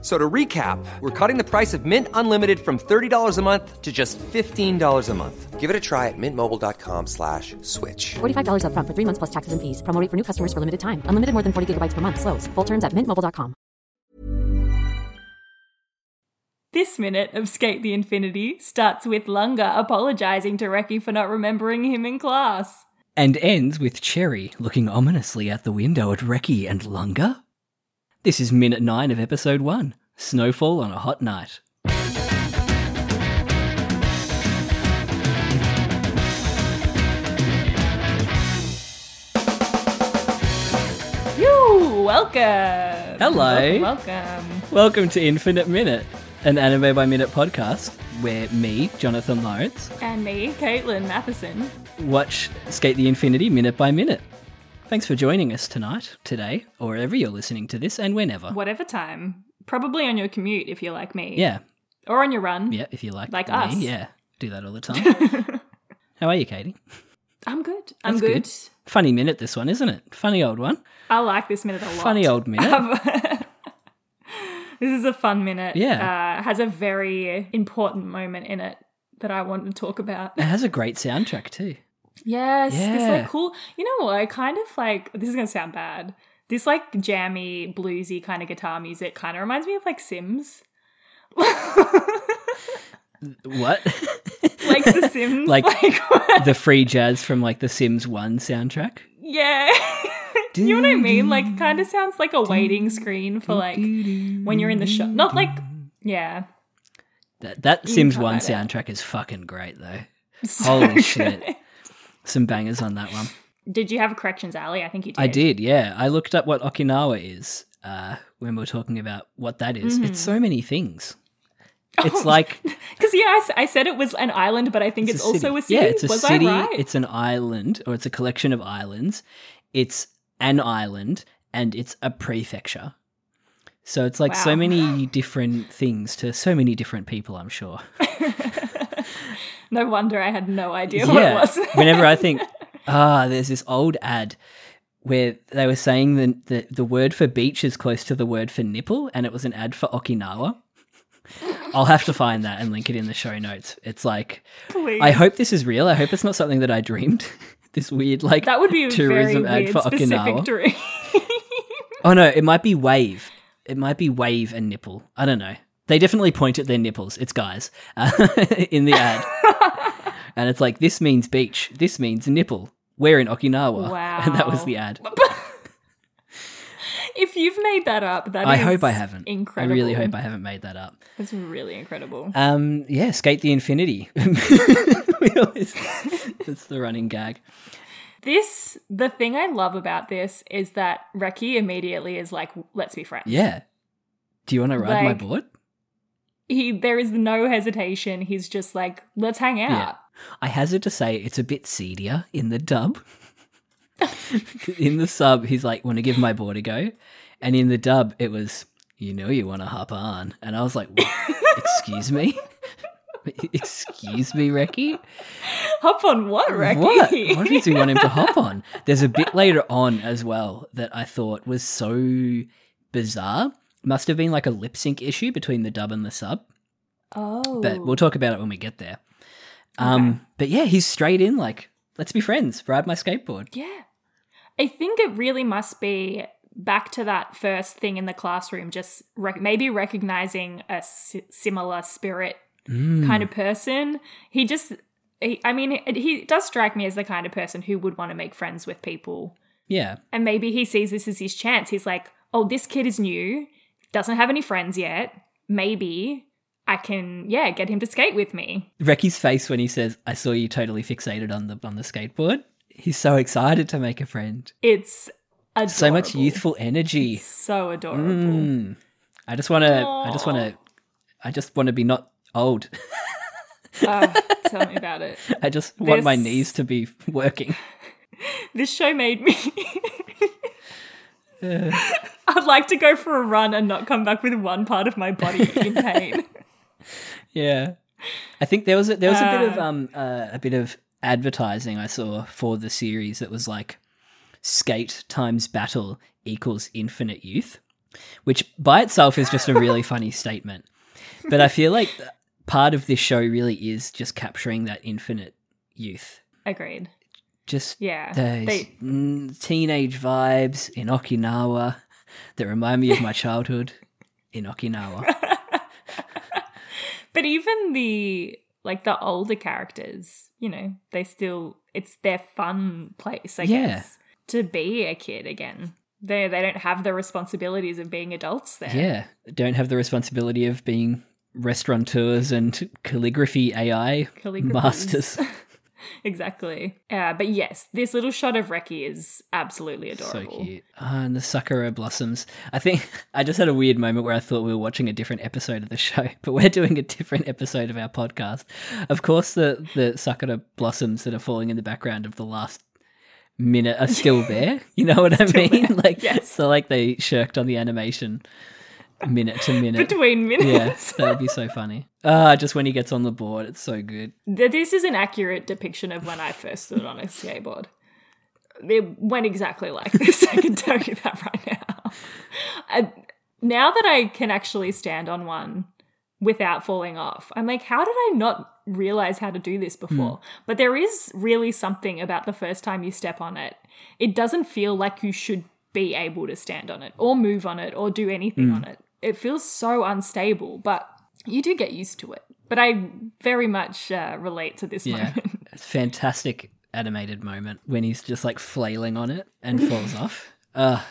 So to recap, we're cutting the price of Mint Unlimited from $30 a month to just $15 a month. Give it a try at mintmobile.com slash switch. $45 upfront for three months plus taxes and fees. Promo rate for new customers for limited time. Unlimited more than 40 gigabytes per month. Slows. Full terms at mintmobile.com. This minute of Skate the Infinity starts with Lunga apologizing to Reki for not remembering him in class. and ends with Cherry looking ominously out the window at Reki and Lunga. This is minute nine of episode one Snowfall on a Hot Night. You welcome. Hello. Welcome. welcome. Welcome to Infinite Minute, an anime by minute podcast where me, Jonathan Lawrence, And me, Caitlin Matheson. watch Skate the Infinity minute by minute. Thanks for joining us tonight, today, or wherever you're listening to this and whenever. Whatever time. Probably on your commute if you're like me. Yeah, Or on your run. yeah, if you like. Like me, us. Yeah, do that all the time. How are you, Katie? I'm good. I'm That's good. good. Funny minute, this one, isn't it? Funny old one. I like this minute a lot. Funny old minute. this is a fun minute. Yeah. Uh, has a very important moment in it that I want to talk about. It has a great soundtrack, too. Yes, this Yeah. like cool. You know what? I kind of like this is gonna sound bad. This like jammy, bluesy kind of guitar music kind of reminds me of like Sims, What? like The Sims, Like- like, the free jazz from like the Sims 1 soundtrack. yeah. Do you know what I mean? Like, kind of sounds like a waiting screen for like when you're in the shop. Not like yeah, That that You Sims tried 1 it. soundtrack is fucking great though. So Holy good. shit. Some bangers on that one. Did you have a corrections alley? I think you did. I did, yeah. I looked up what Okinawa is uh, when we are talking about what that is. Mm-hmm. It's so many things. It's like because yeah, I, s- I said it was an island, but I think it's, also a city. Yeah, it's a Was city. I right? It's an island, or it's a collection of islands. It's an island, and it's a prefecture. So it's like so Wow. many different things to so many different people. I'm sure. no wonder I had no idea what it was. whenever I think, ah, there's this old ad where they were saying the, the the word for beach is close to the word for nipple, and it was an ad for Okinawa. I'll have to find that and link it in the show notes. It's like, Please. I hope this is real. I hope it's not something that I dreamed. this weird like That would be a tourism very ad weird for specific Okinawa. dream. oh no, it might be wave. It might be wave and nipple. I don't know. They definitely point at their nipples. It's guys uh, in the ad, and it's like this means beach. This means nipple. We're in Okinawa, and that was Wow. the ad. if you've made that up, that is I hope I haven't. Incredible. I really hope I haven't made that up. It's really incredible. Um, yeah, skate the infinity. We always- it's the running gag. this, the thing I love about this is that Reki immediately is like, "Let's be friends." Yeah. Do you want to ride my Like, board? He, there is no hesitation. He's just like, "Let's hang out." Yeah. I hazard to say it's a bit seedier in the dub. in the sub, he's like, want to give my board a go? And in the dub, it was, you know, you want to hop on. And I was like, "What? excuse me? excuse me, Reki? Hop on what, Reki? What? What did you want him to hop on? There's a bit later on as well that I thought was so bizarre. Must have been like a lip sync issue between the dub and the sub oh, but we'll talk about it when we get there. Um, But yeah, he's straight in like, let's be friends, ride my skateboard. Yeah. I think it really must be back to that first thing in the classroom, just rec- maybe recognizing a si- similar spirit kind Hmm. of person. He just, he, I mean, it- he does strike me as the kind of person who would want to make friends with people. Yeah, And maybe he sees this as his chance. He's like, oh, this kid is new, doesn't have any friends yet. Maybe I can, yeah, get him to skate with me. Reki's face when he says, "I saw you totally fixated on the on the skateboard." He's so excited to make a friend. It's adorable. So much youthful energy. So adorable. Mm. I just want to. I just want to. I just want to be not old. Oh, tell me about it. I just want my This- knees to be working. This show made me. I'd like to go for a run and not come back with one part of my body in pain. Yeah. I think there was a, there was a bit of um uh, a bit of advertising I saw for the series that was like skate times battle equals infinite youth, which by itself is just a really funny statement. But I feel like th- part of this show really is just capturing that infinite youth. Agreed. Just Yeah. those They- mm, teenage vibes in Okinawa that remind me of my childhood in Okinawa. But even the like the older characters, you know, they still it's their fun place, I Yeah. guess, to be a kid again. They they don't have the responsibilities of being adults there. Yeah, don't have the responsibility of being restaurateurs and calligraphy AI Calligraphies. masters. Exactly. Uh, but yes, this little shot of Reki is absolutely so adorable. cute. Ah, and the sakura blossoms. I think I just had a weird moment where I thought we were watching a different episode of the show, but we're doing a different episode of our podcast. Of course, the the sakura blossoms that are falling in the background of the last minute are still there. You know what I mean? Like, yes. so like they shirked on the animation minute to minute. Between yeah, minutes. that would be so funny. Ah, just when he gets on the board, it's so good. Th- This is an accurate depiction of when I first stood on a skateboard. It went exactly like this. I can tell you that right now. And now that I can actually stand on one without falling off, I'm like, how did I not realize how to do this before? But there is really something about the first time you step on it. It doesn't feel like you should be able to stand on it or move on it or do anything on it. It feels so unstable, but you do get used to it. But I very much uh, relate to this Yeah, moment. it's a fantastic animated moment when he's just like flailing on it and falls off. Ah,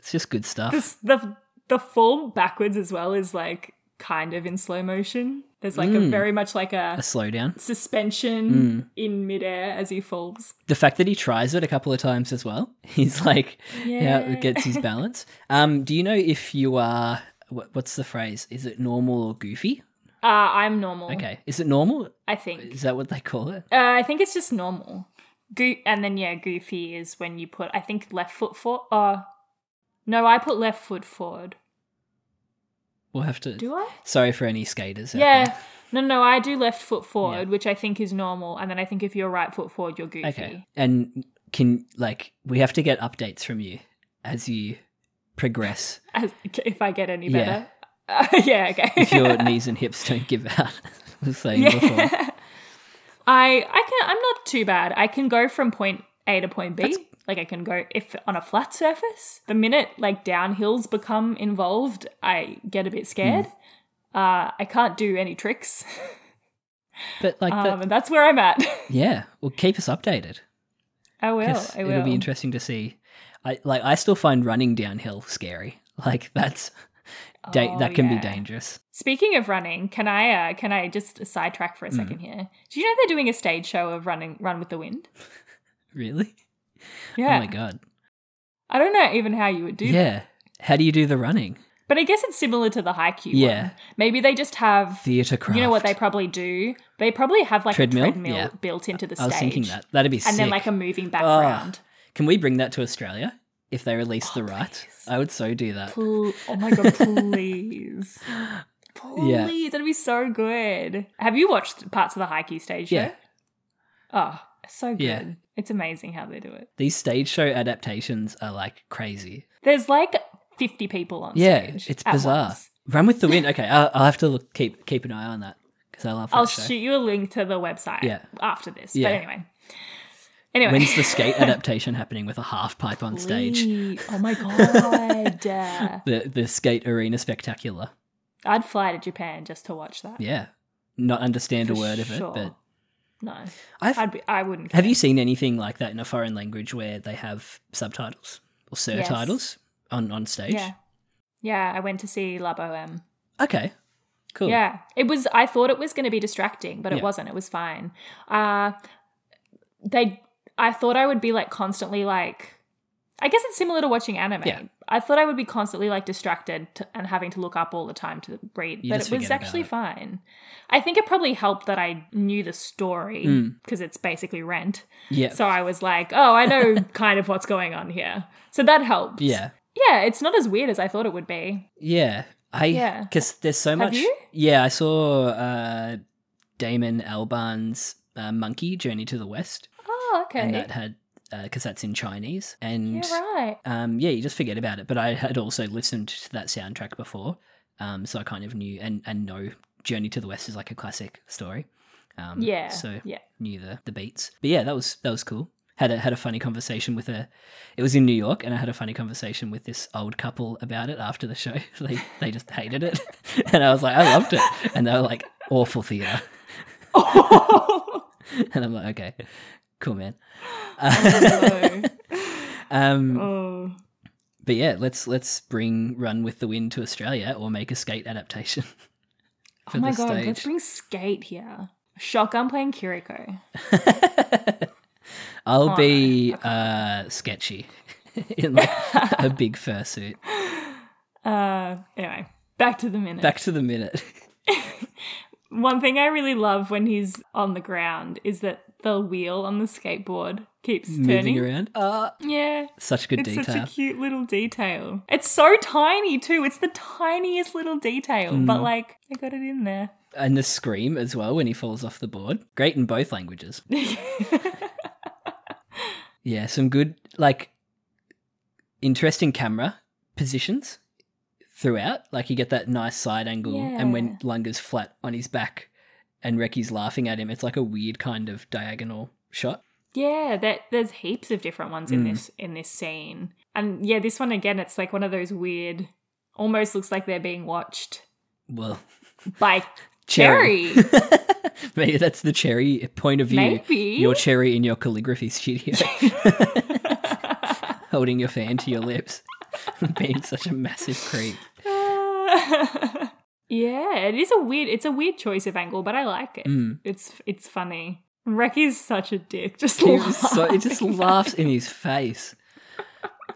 it's just good stuff. This- the the fall backwards as well is like kind of in slow motion. There's like Mm. a very much like A a slowdown. Mm. suspension in midair as he falls. The fact that he tries it a couple of times as well. He's like, yeah, it gets his balance. Um, do you know if you are what, what's the phrase? Is it normal or goofy? Uh, I'm normal. Okay, is it normal? I think. Is that what they call it? Uh, I think it's just normal. Go- and then yeah, goofy is when you put I think left foot forward. Uh, no, I put left foot forward. We'll have to. Do I? Sorry for any skaters. out there. Yeah. No, no, I do left foot forward, which I think is normal. And then I think if you're right foot forward, you're goofy. Okay. And can like we have to get updates from you as you progress As, if I get any Yeah. better. Uh, yeah, okay. if your knees and hips don't give out. I was saying before. I I can I'm not too bad. I can go from point A to point B. like I can go if on a flat surface. The minute like downhills become involved, I get a bit scared. Hmm. Uh, I can't do any tricks, But like um, that, and that's where I'm at. yeah, well keep us updated. I will. 'cause I will. It'll be interesting to see. I like I still find running downhill scary. Like that's da- Oh, that can be yeah. dangerous. Speaking of running, can I uh, can I just sidetrack Hmm. for a second here? Do you know they're doing a stage show of running Run with the Wind? Really? Yeah, Oh my god. I don't know even how you would do that, yeah. How do you do the running? but I guess it's similar to the haiku. Yeah. one. maybe they just have Theatre craft. You know what they probably do? They probably have like Treadmill? a treadmill Yeah. built into the I was stage. thinking that. That'd be And then sick. Ah. like a moving background. Can we bring that to Australia if they release Oh, the right? I would so do that. Pl- oh my god, please. Please. That'd be so good. Have you watched parts of the Haiku stage show? Yeah. Oh, so good. Yeah. It's amazing how they do it. These stage show adaptations are like crazy. There's like 50 people on Yeah, stage. it's at bizarre. once. Run with the wind. Okay, I'll, I'll have to look, keep keep an eye on that because I love that I'll show. shoot you a link to the website Yeah. after this. Yeah. But anyway. Anyway. When's the skate adaptation happening with a half pipe on stage? Please. Oh my god. The the skate arena spectacular. I'd fly to Japan just to watch that. Yeah, not understand a For word sure. of it, but no, I've I'd be, I wouldn't. have you seen anything like that in a foreign language where they have subtitles or surtitles on on stage? Yeah, yeah. I went to see La Boheme. Okay, cool. Yeah, it was. I thought it was going to be distracting, but it Yeah. wasn't. It was fine. Uh they. I thought I would be like constantly like. I guess it's similar to watching anime. Yeah. I thought I would be constantly like distracted to, and having to look up all the time to read, You but just it was forget about actually it. fine. I think it probably helped that I knew the story Mm. because it's basically Rent. yeah, So I was like, oh, I know kind of what's going on here. So that helped. yeah. yeah, it's not as weird as I thought it would be. Yeah. I Yeah. because there's so much. you? Yeah, I saw uh, Damon Albarn's uh, Monkey Journey to the West, Oh, okay. and that had because that's in Chinese, yeah, and right. um, yeah, you just forget about it. But I had also listened to that soundtrack before, um, so I kind of knew and and know Journey to the West is like a classic story. Um, Yeah. so yeah. knew the the beats. But yeah, that was that was cool. Had a had a funny conversation with a it was in New York and I had a funny conversation with this old couple about it after the show. They they just hated it. And I was like, I loved it. And they were like, awful theatre. Oh, And I'm like, okay, cool man. no. Um oh. but yeah, let's let's bring Run with the Wind to Australia or make a skate adaptation. oh for my the god, stage. let's bring skate here. Shotgun playing Kiriko. I'll be uh sketchy in like a big fursuit. Uh, anyway, back to the minute. Back to the minute. One thing I really love when he's on the ground is that the wheel on the skateboard keeps Moving turning. Oh, around. Uh, Yeah. such good It's detail. such a cute little detail. It's so tiny too. It's the tiniest little detail, but Mm. like I got it in there. and the scream as well when he falls off the board. Great in both languages. yeah, some good, like, interesting camera positions throughout. Like, you get that nice side angle, and when Lunga's flat on his back and Reki's laughing at him, it's like a weird kind of diagonal shot. Yeah, that there's heaps of different ones Mm. in this in this scene. And yeah, this one again, it's like one of those weird almost looks like they're being watched Well, by Cherry. Cherry. maybe that's the cherry point of view. Maybe. Your cherry in your calligraphy studio. Holding your fan to your lips. Being such a massive creep. yeah, it is a weird it's a weird choice of angle, but I like it. Mm. It's it's funny. Reki's such a dick. Just He was so, laughing. it just laughs in his face,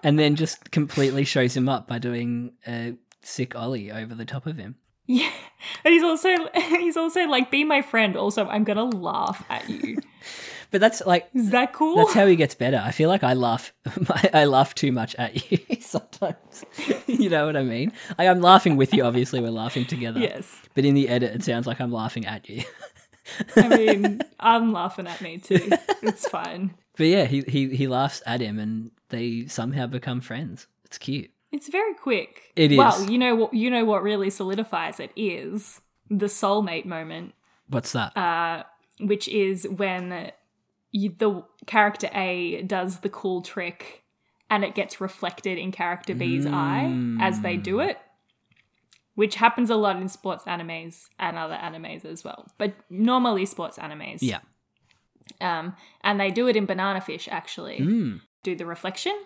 and then just completely shows him up by doing a sick ollie over the top of him. Yeah, and he's also he's also like, be my friend. Also, I'm gonna laugh at you. But that's like Is that cool? that's how he gets better. I feel like I laugh, I, I laugh too much at you sometimes. you know what I mean? Like I'm laughing with you. Obviously, we're laughing together. yes, But in the edit, it sounds like I'm laughing at you. I mean, I'm laughing at me too. It's fine. But yeah, he he he laughs at him, and they somehow become friends. It's cute. It's very quick. It is. Well, you know what? You know what really solidifies it is the soulmate moment, What's that? Uh. which is when you, the character A does the cool trick, and it gets reflected in character B's eye as they do Hmm. it. Which happens a lot in sports animes and other animes as well, but normally sports animes. yeah. Um, and they do it in banana fish, actually. Hmm. Do the reflection.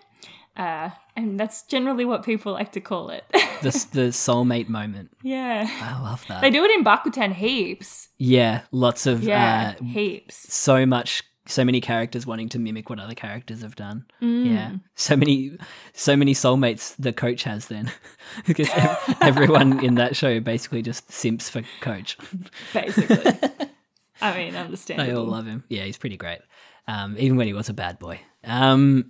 Uh, and that's generally what people like to call it. The, the soulmate moment. yeah. I love that. They do it in Bakuten heaps. Yeah, lots of Yeah, uh, heaps. so much so many characters wanting to mimic what other characters have done. Yeah. So many so many soulmates the coach has then. because ev- everyone in that show basically just simps for coach. Basically. I mean, They all understandable. love him. Yeah, he's pretty great. Um, even when he was a bad boy. Um,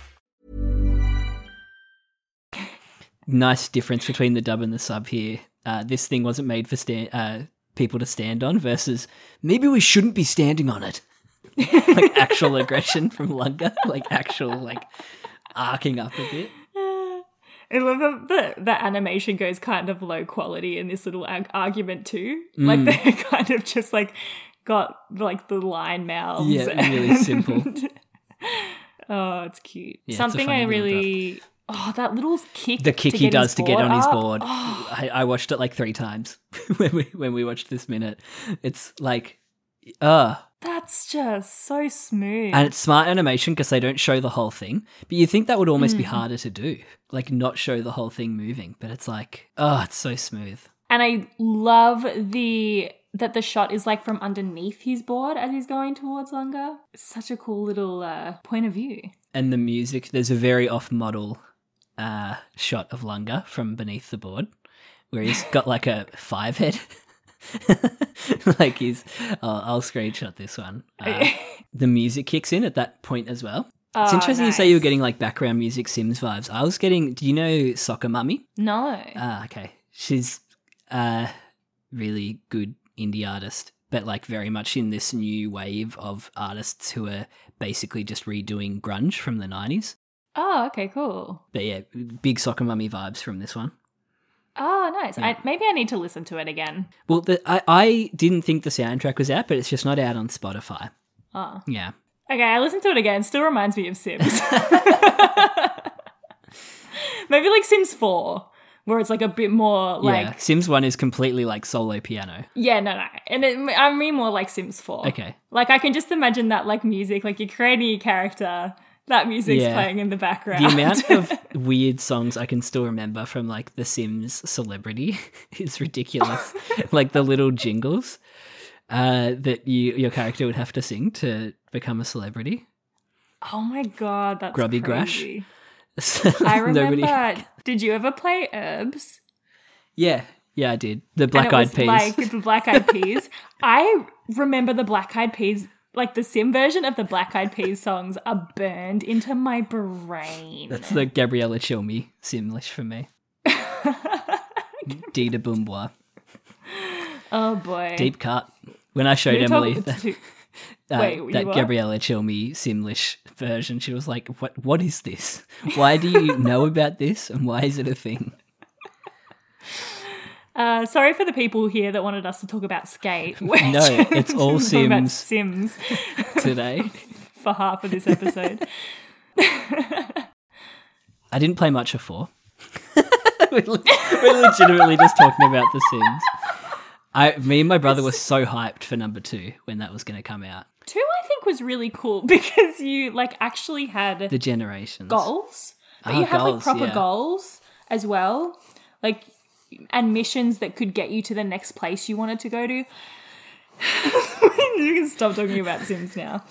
nice difference between the dub and the sub here. Uh, this thing wasn't made for sta- uh, people to stand on versus maybe we shouldn't be standing on it. like actual aggression from Lunga, like actual like arcing up a bit. I love that the, the animation goes kind of low quality in this little ag- argument too. Mm. Like they're kind of just like got like the line mouths. Yeah, really simple. oh, it's cute. it's a Something funny I little really oh that little kick. The kick to he get his does to get on his up. Oh, board. I, I watched it like three times when we when we watched this minute. It's like, uh, That's just so smooth. and it's smart animation because they don't show the whole thing. But you think that would almost Mm. be harder to do, like not show the whole thing moving. But it's like, oh, it's so smooth. and I love the that the shot is like from underneath his board as he's going towards Lunga. Such a cool little uh, point of view. and the music. There's a very off-model uh, shot of Lunga from beneath the board, where he's got like a five head. like he's, I'll, I'll screenshot this one. Uh, the music kicks in at that point as well. It's Oh, interesting you say you were nice. getting like background music Sims vibes. I was getting. Do you know Soccer Mummy? No. Ah, okay. She's a really good indie artist, but like very much in this new wave of artists who are basically just redoing grunge from the 90s. Oh, okay, cool. But yeah, big soccer mummy vibes from this one. Oh, nice. I, maybe I need to listen to it again. Well, the, I, I didn't think the soundtrack was out, but it's just not out on Spotify. Oh. Yeah. Okay, I listened to it again. Still reminds me of Sims. maybe like Sims 4, where it's like a bit more like. yeah. Sims 1 is completely like solo piano. Yeah, no, no. And it, I mean more like Sims 4. Okay. Like I can just imagine that like music, like you're creating your character, that music's Yeah. playing in the background. The amount of weird songs I can still remember from like The Sims Celebrity is ridiculous. like the little jingles uh, that you your character would have to sing to become a celebrity. oh my god, that's Grubby Grash. crazy. I Nobody- remember. Did you ever play Herbs? Yeah, yeah, I did. The And Black it was Eyed Peas. Like the black eyed peas. I remember the black eyed peas, like the sim version of the black eyed peas songs are burned into my brain. That's the Gabriella Chilmi Simlish for me. Dita Bumbois. oh boy. Deep cut. When I showed You're Emily talking- that, uh, Wait, you that what? Gabriella Chilmi Simlish version, she was like, "What? What is this? Why do you know about this? And why is it a thing?" Uh, sorry for the people here that wanted us to talk about skate. We're No, it's all just talking about Sims. Sims Today, for half of this episode. I didn't play much of four. we're, le- we're legitimately just talking about The Sims. I, me and my brother were so hyped for number two when that was going to come out. Two, I think, was really cool because you like actually had The generations. goals, but Ah, you had like goals, proper yeah. goals as well, like and missions that could get you to the next place you wanted to go to. you can stop talking about Sims now.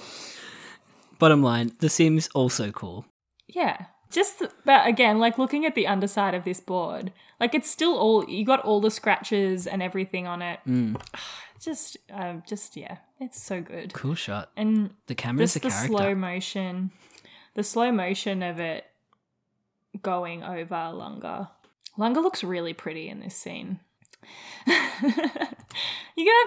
Bottom line, The Sims also cool. Yeah. Just, but again, like looking at the underside of this board, like it's still all, you got all the scratches and everything on it. Mm. Just, um, just, yeah, it's so good. Cool shot. And The camera's this, the the character. slow motion, the slow motion of it going over Lunga. Lunga looks really pretty in this scene. You're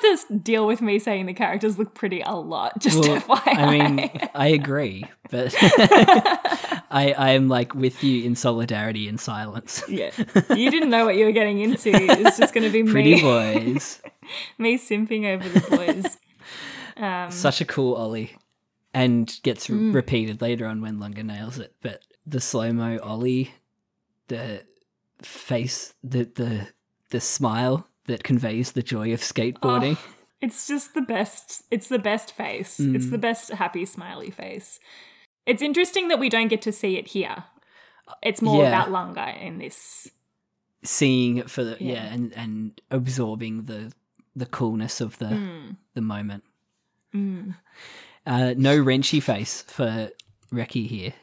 gonna have to deal with me saying the characters look pretty a lot, just Well, FYI. I mean, I agree, but I I am like with you in solidarity and silence. Yeah. You didn't know what you were getting into. It's just going to be Pretty me, boys, me simping over the boys. Um, mm. such a cool ollie, and gets r repeated later on when Lunga nails it. But the slow mo ollie, the face, the the the smile that conveys the joy of Oh, skateboarding. it's just the best. It's the best face. It's Mm. the best happy smiley face. It's interesting that we don't get to see it here. It's more Yeah. about Lunga in this. Seeing it for the yeah. Yeah. and and absorbing the the coolness of the the moment. Mm. Uh, no wrenchy face for Reki here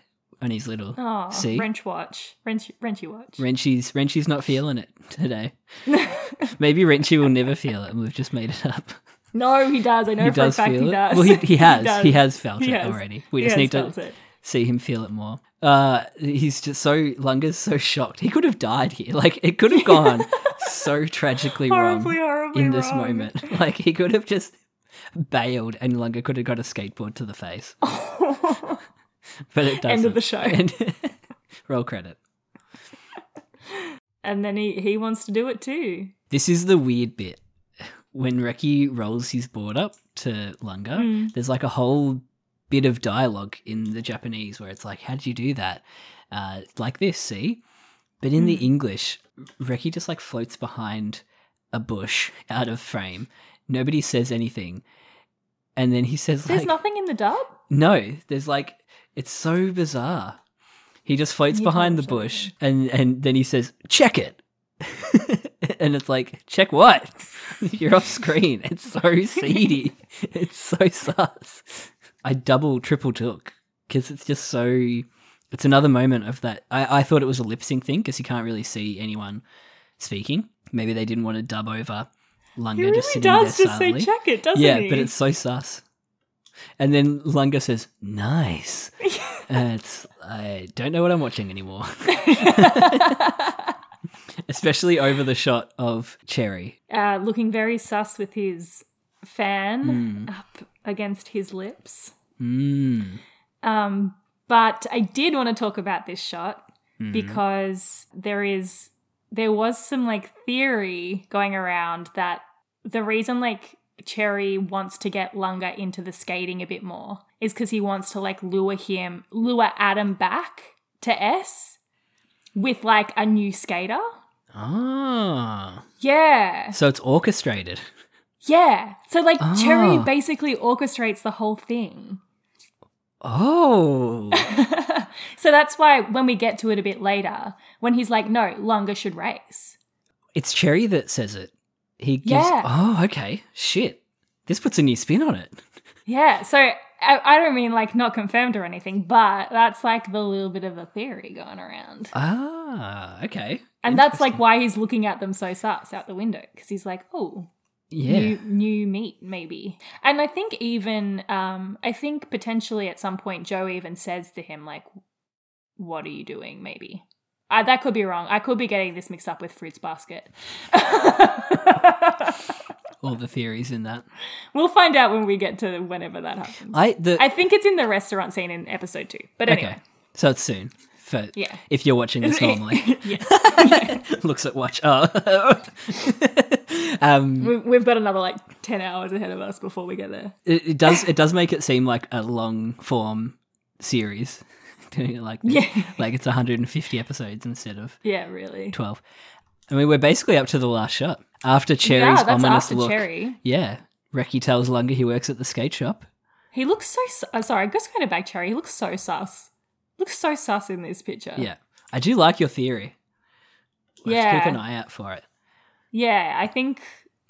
on his little. Oh, See? wrench watch, wrench, wrenchy watch. Wrenchy's Wrenchy's not feeling it today. Maybe Wrenchy will never feel it, and we've just made it up. no, he does. I know he for does a fact feel he it. does. Well, he, he has. he, does. has felt He it has. already. We He just has need felt to it. see him feel it more. Uh, he's just so Lunga's so shocked. He could have died here. Like it could have gone so tragically Horribly, wrong horribly in this wrong. moment. Like he could have just bailed, and Lunga could have got a skateboard to the face. but it doesn't. End of the show. And Roll credit. And then he, he wants to do it too. This is the weird bit. When Reki rolls his board up to Lunga, there's like a whole bit of dialogue in the Japanese where it's like, how did you do that? Uh, like this, see? But in the English, Reki just like floats behind a bush out of frame. Nobody says anything. And then he says, There's like, nothing in the dub? no, there's like it's so bizarre. He just floats behind the bush and and then he says, "Check it." and it's like, "Check what?" You're off screen. It's so seedy. it's so sus. I double triple took cuz it's just so it's another moment of that. I, I thought it was a lip sync thing because you can't really see anyone speaking. Maybe they didn't want to dub over Lunga He really just sitting does there just silently. say check it, doesn't Yeah, he? but it's so sus. And then Lunga says, "Nice." Uh, it's I don't know what I'm watching anymore. Especially over the shot of Cherry. uh, looking very sus with his fan up against his lips. Mm. Um, but I did want to talk about this shot because there is there was some like theory going around that the reason like Cherry wants to get Lunga into the skating a bit more is because he wants to like lure him lure Adam back to S with like a new skater. Ah, Yeah. so it's orchestrated. Yeah. So like Cherry Ah. basically orchestrates the whole thing. Oh, So that's why when we get to it a bit later, when he's like, no, Lunga should race. it's Cherry that says it. He gives. Yeah. Oh, okay. Shit. This puts a new spin on it. Yeah. So I, I don't mean like not confirmed or anything, but that's like the little bit of a theory going around. Ah, okay. And that's like why he's looking at them so sus out the window because he's like, oh, Yeah. new new meat maybe and i think even um i think potentially at some point joe even says to him like what are you doing maybe uh, that could be wrong i could be getting this mixed up with fruits basket All the theories in that. we'll find out when we get to whenever that happens I the i think it's in the restaurant scene in episode two but anyway Uh, Okay. So it's soon. For, Yeah. If you're watching this normally, looks at watch. Oh, Mm. we, we've got another like 10 hours ahead of us before we get there it, it does. It does make it seem like a long form series. Doing it like this. Yeah. like it's 150 episodes instead of yeah really 12. I mean, we're basically up to the last shot after Cherry's yeah that's ominous after look. cherry Yeah, Reki tells Lunga he works at the skate shop. He looks so. Su- oh, sorry, just going to back cherry. He looks so sus. Looks so sus in this picture. Yeah, I do like your theory. Let's Yeah. keep an eye out for it. Yeah, I think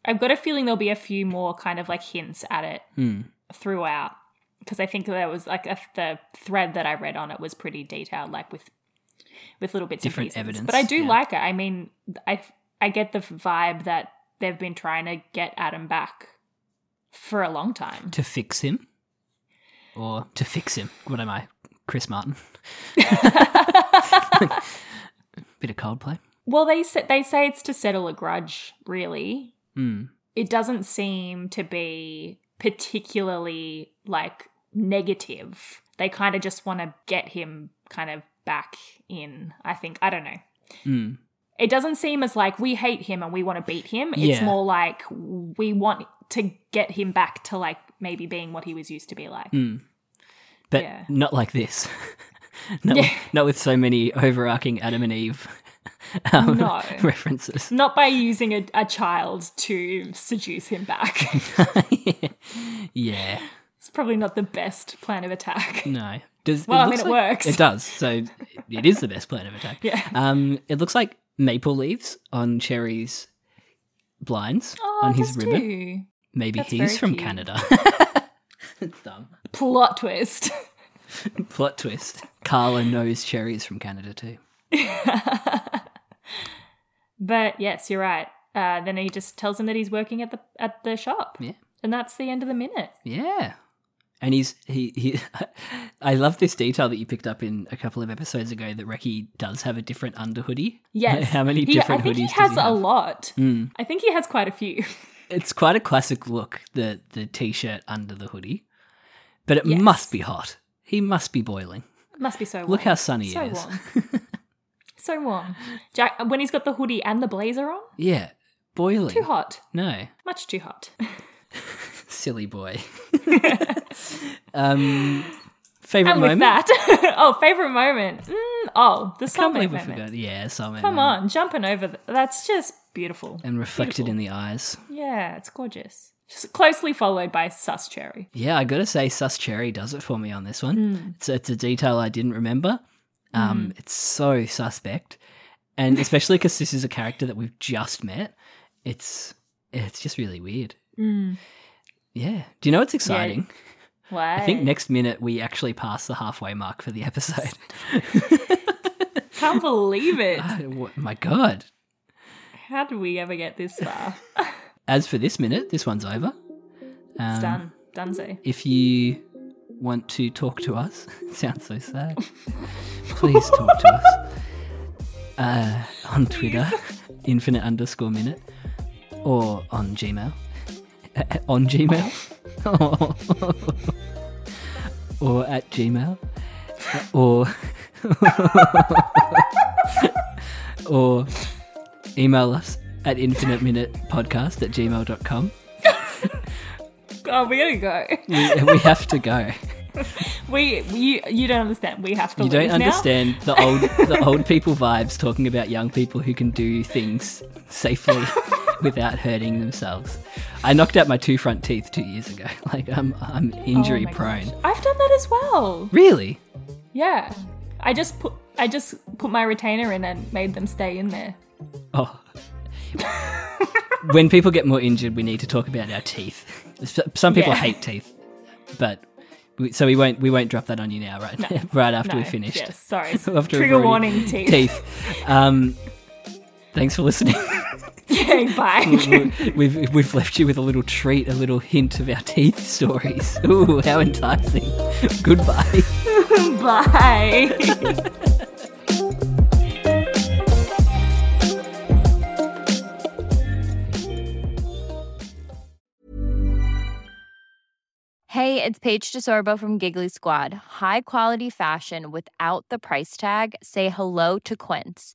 I've got a feeling there'll be a few more kind of like hints at it Hmm. throughout because I think there was like a, the thread that I read on it was pretty detailed, like with with little bits Different of pieces. evidence, But I do yeah. like it. I mean, I I get the vibe that they've been trying to get Adam back for a long time. to fix him or to fix him what am i chris martin bit of coldplay Well, they say, they say it's to settle a grudge, really. mm. it doesn't seem to be particularly like negative. They kind of just want to get him kind of back in, I think. I don't know. Mm. It doesn't seem as like we hate him and we want to beat him. It's Yeah. more like we want to get him back to like maybe being what he was used to be like. but Yeah. not like this not, Yeah. with, not with so many overarching adam and eve um, No. references Not by using a, a child to seduce him back. yeah it's probably not the best plan of attack. no does Well, I mean, looks it like- works. it does so it is the best plan of attack Yeah. um it looks like maple leaves on cherry's blinds Oh, on his that's ribbon too- maybe That's he's very from cute. canada it's dumb Plot twist. Plot twist. Carla knows Cherry is from Canada too. But yes, you're right. Uh, then he just tells him that he's working at the at the shop. Yeah. And that's the end of the minute. Yeah. And he's he, he I love this detail that you picked up in a couple of episodes ago that Reki does have a different under hoodie. Yes. How many He- different I think hoodies he has does he have? Hmm. a lot. I think he has quite a few. It's quite a classic look, the the t shirt under the hoodie. But it Yes. must be hot. He must be boiling. Must be so warm. Look how sunny so it is. warm. So warm. Jack, uh, when he's got the hoodie and the blazer on, Yeah, boiling. too hot. No, Much too hot. silly boy. um, favorite and with moment. that, oh, favorite moment. Mm, oh, the Can't sunbathe believe we moment. forgot. Yeah, Salman. Come on, jumping over. Th- that's just beautiful. um, And reflected in the eyes. Yeah, it's gorgeous. Just closely followed by Sus Cherry. Yeah, I gotta say, Sus Cherry does it for me on this one. It's, it's a detail I didn't remember. Um, It's so suspect, and especially because this is a character that we've just met. It's it's just really weird. Hmm. Yeah. Do you know what's exciting? Wow. I think next minute we actually pass the halfway mark for the episode. Can't believe it. Ah, what- my God. How did we ever get this Um, far? As for this minute, this one's over. Um, it's done. Dunzo. If you want to talk to us, it sounds so sad. Please talk to us uh, on Twitter, infinite underscore minute, or on Gmail, on Gmail, or at Gmail, or or email us at infinite minute podcast at gmail.com. Oh, we gotta go. We, we have to go. We you you don't understand. We have to. You leave don't now. understand the old the old people vibes talking about young people who can do things safely without hurting themselves. I knocked out my two front teeth two years ago. Like I'm I'm injury Oh my prone. I've done that as well. Really? Yeah, I just put I just put my retainer in and made them stay in there. Oh. when people get more injured, we need to talk about our teeth. S- Some people Yeah. hate teeth, but we, so we won't we won't drop that on you now, right? right after we're No, finished. Yes, sorry. After we've Trigger already- warning, teeth. Teeth. Um, thanks for listening. Okay, bye. we've we've left you with a little treat, a little hint of our teeth stories. Ooh, how enticing! Goodbye. bye. Hey, it's Paige DeSorbo from Giggly Squad. High quality fashion without the price tag. Say hello to Quince.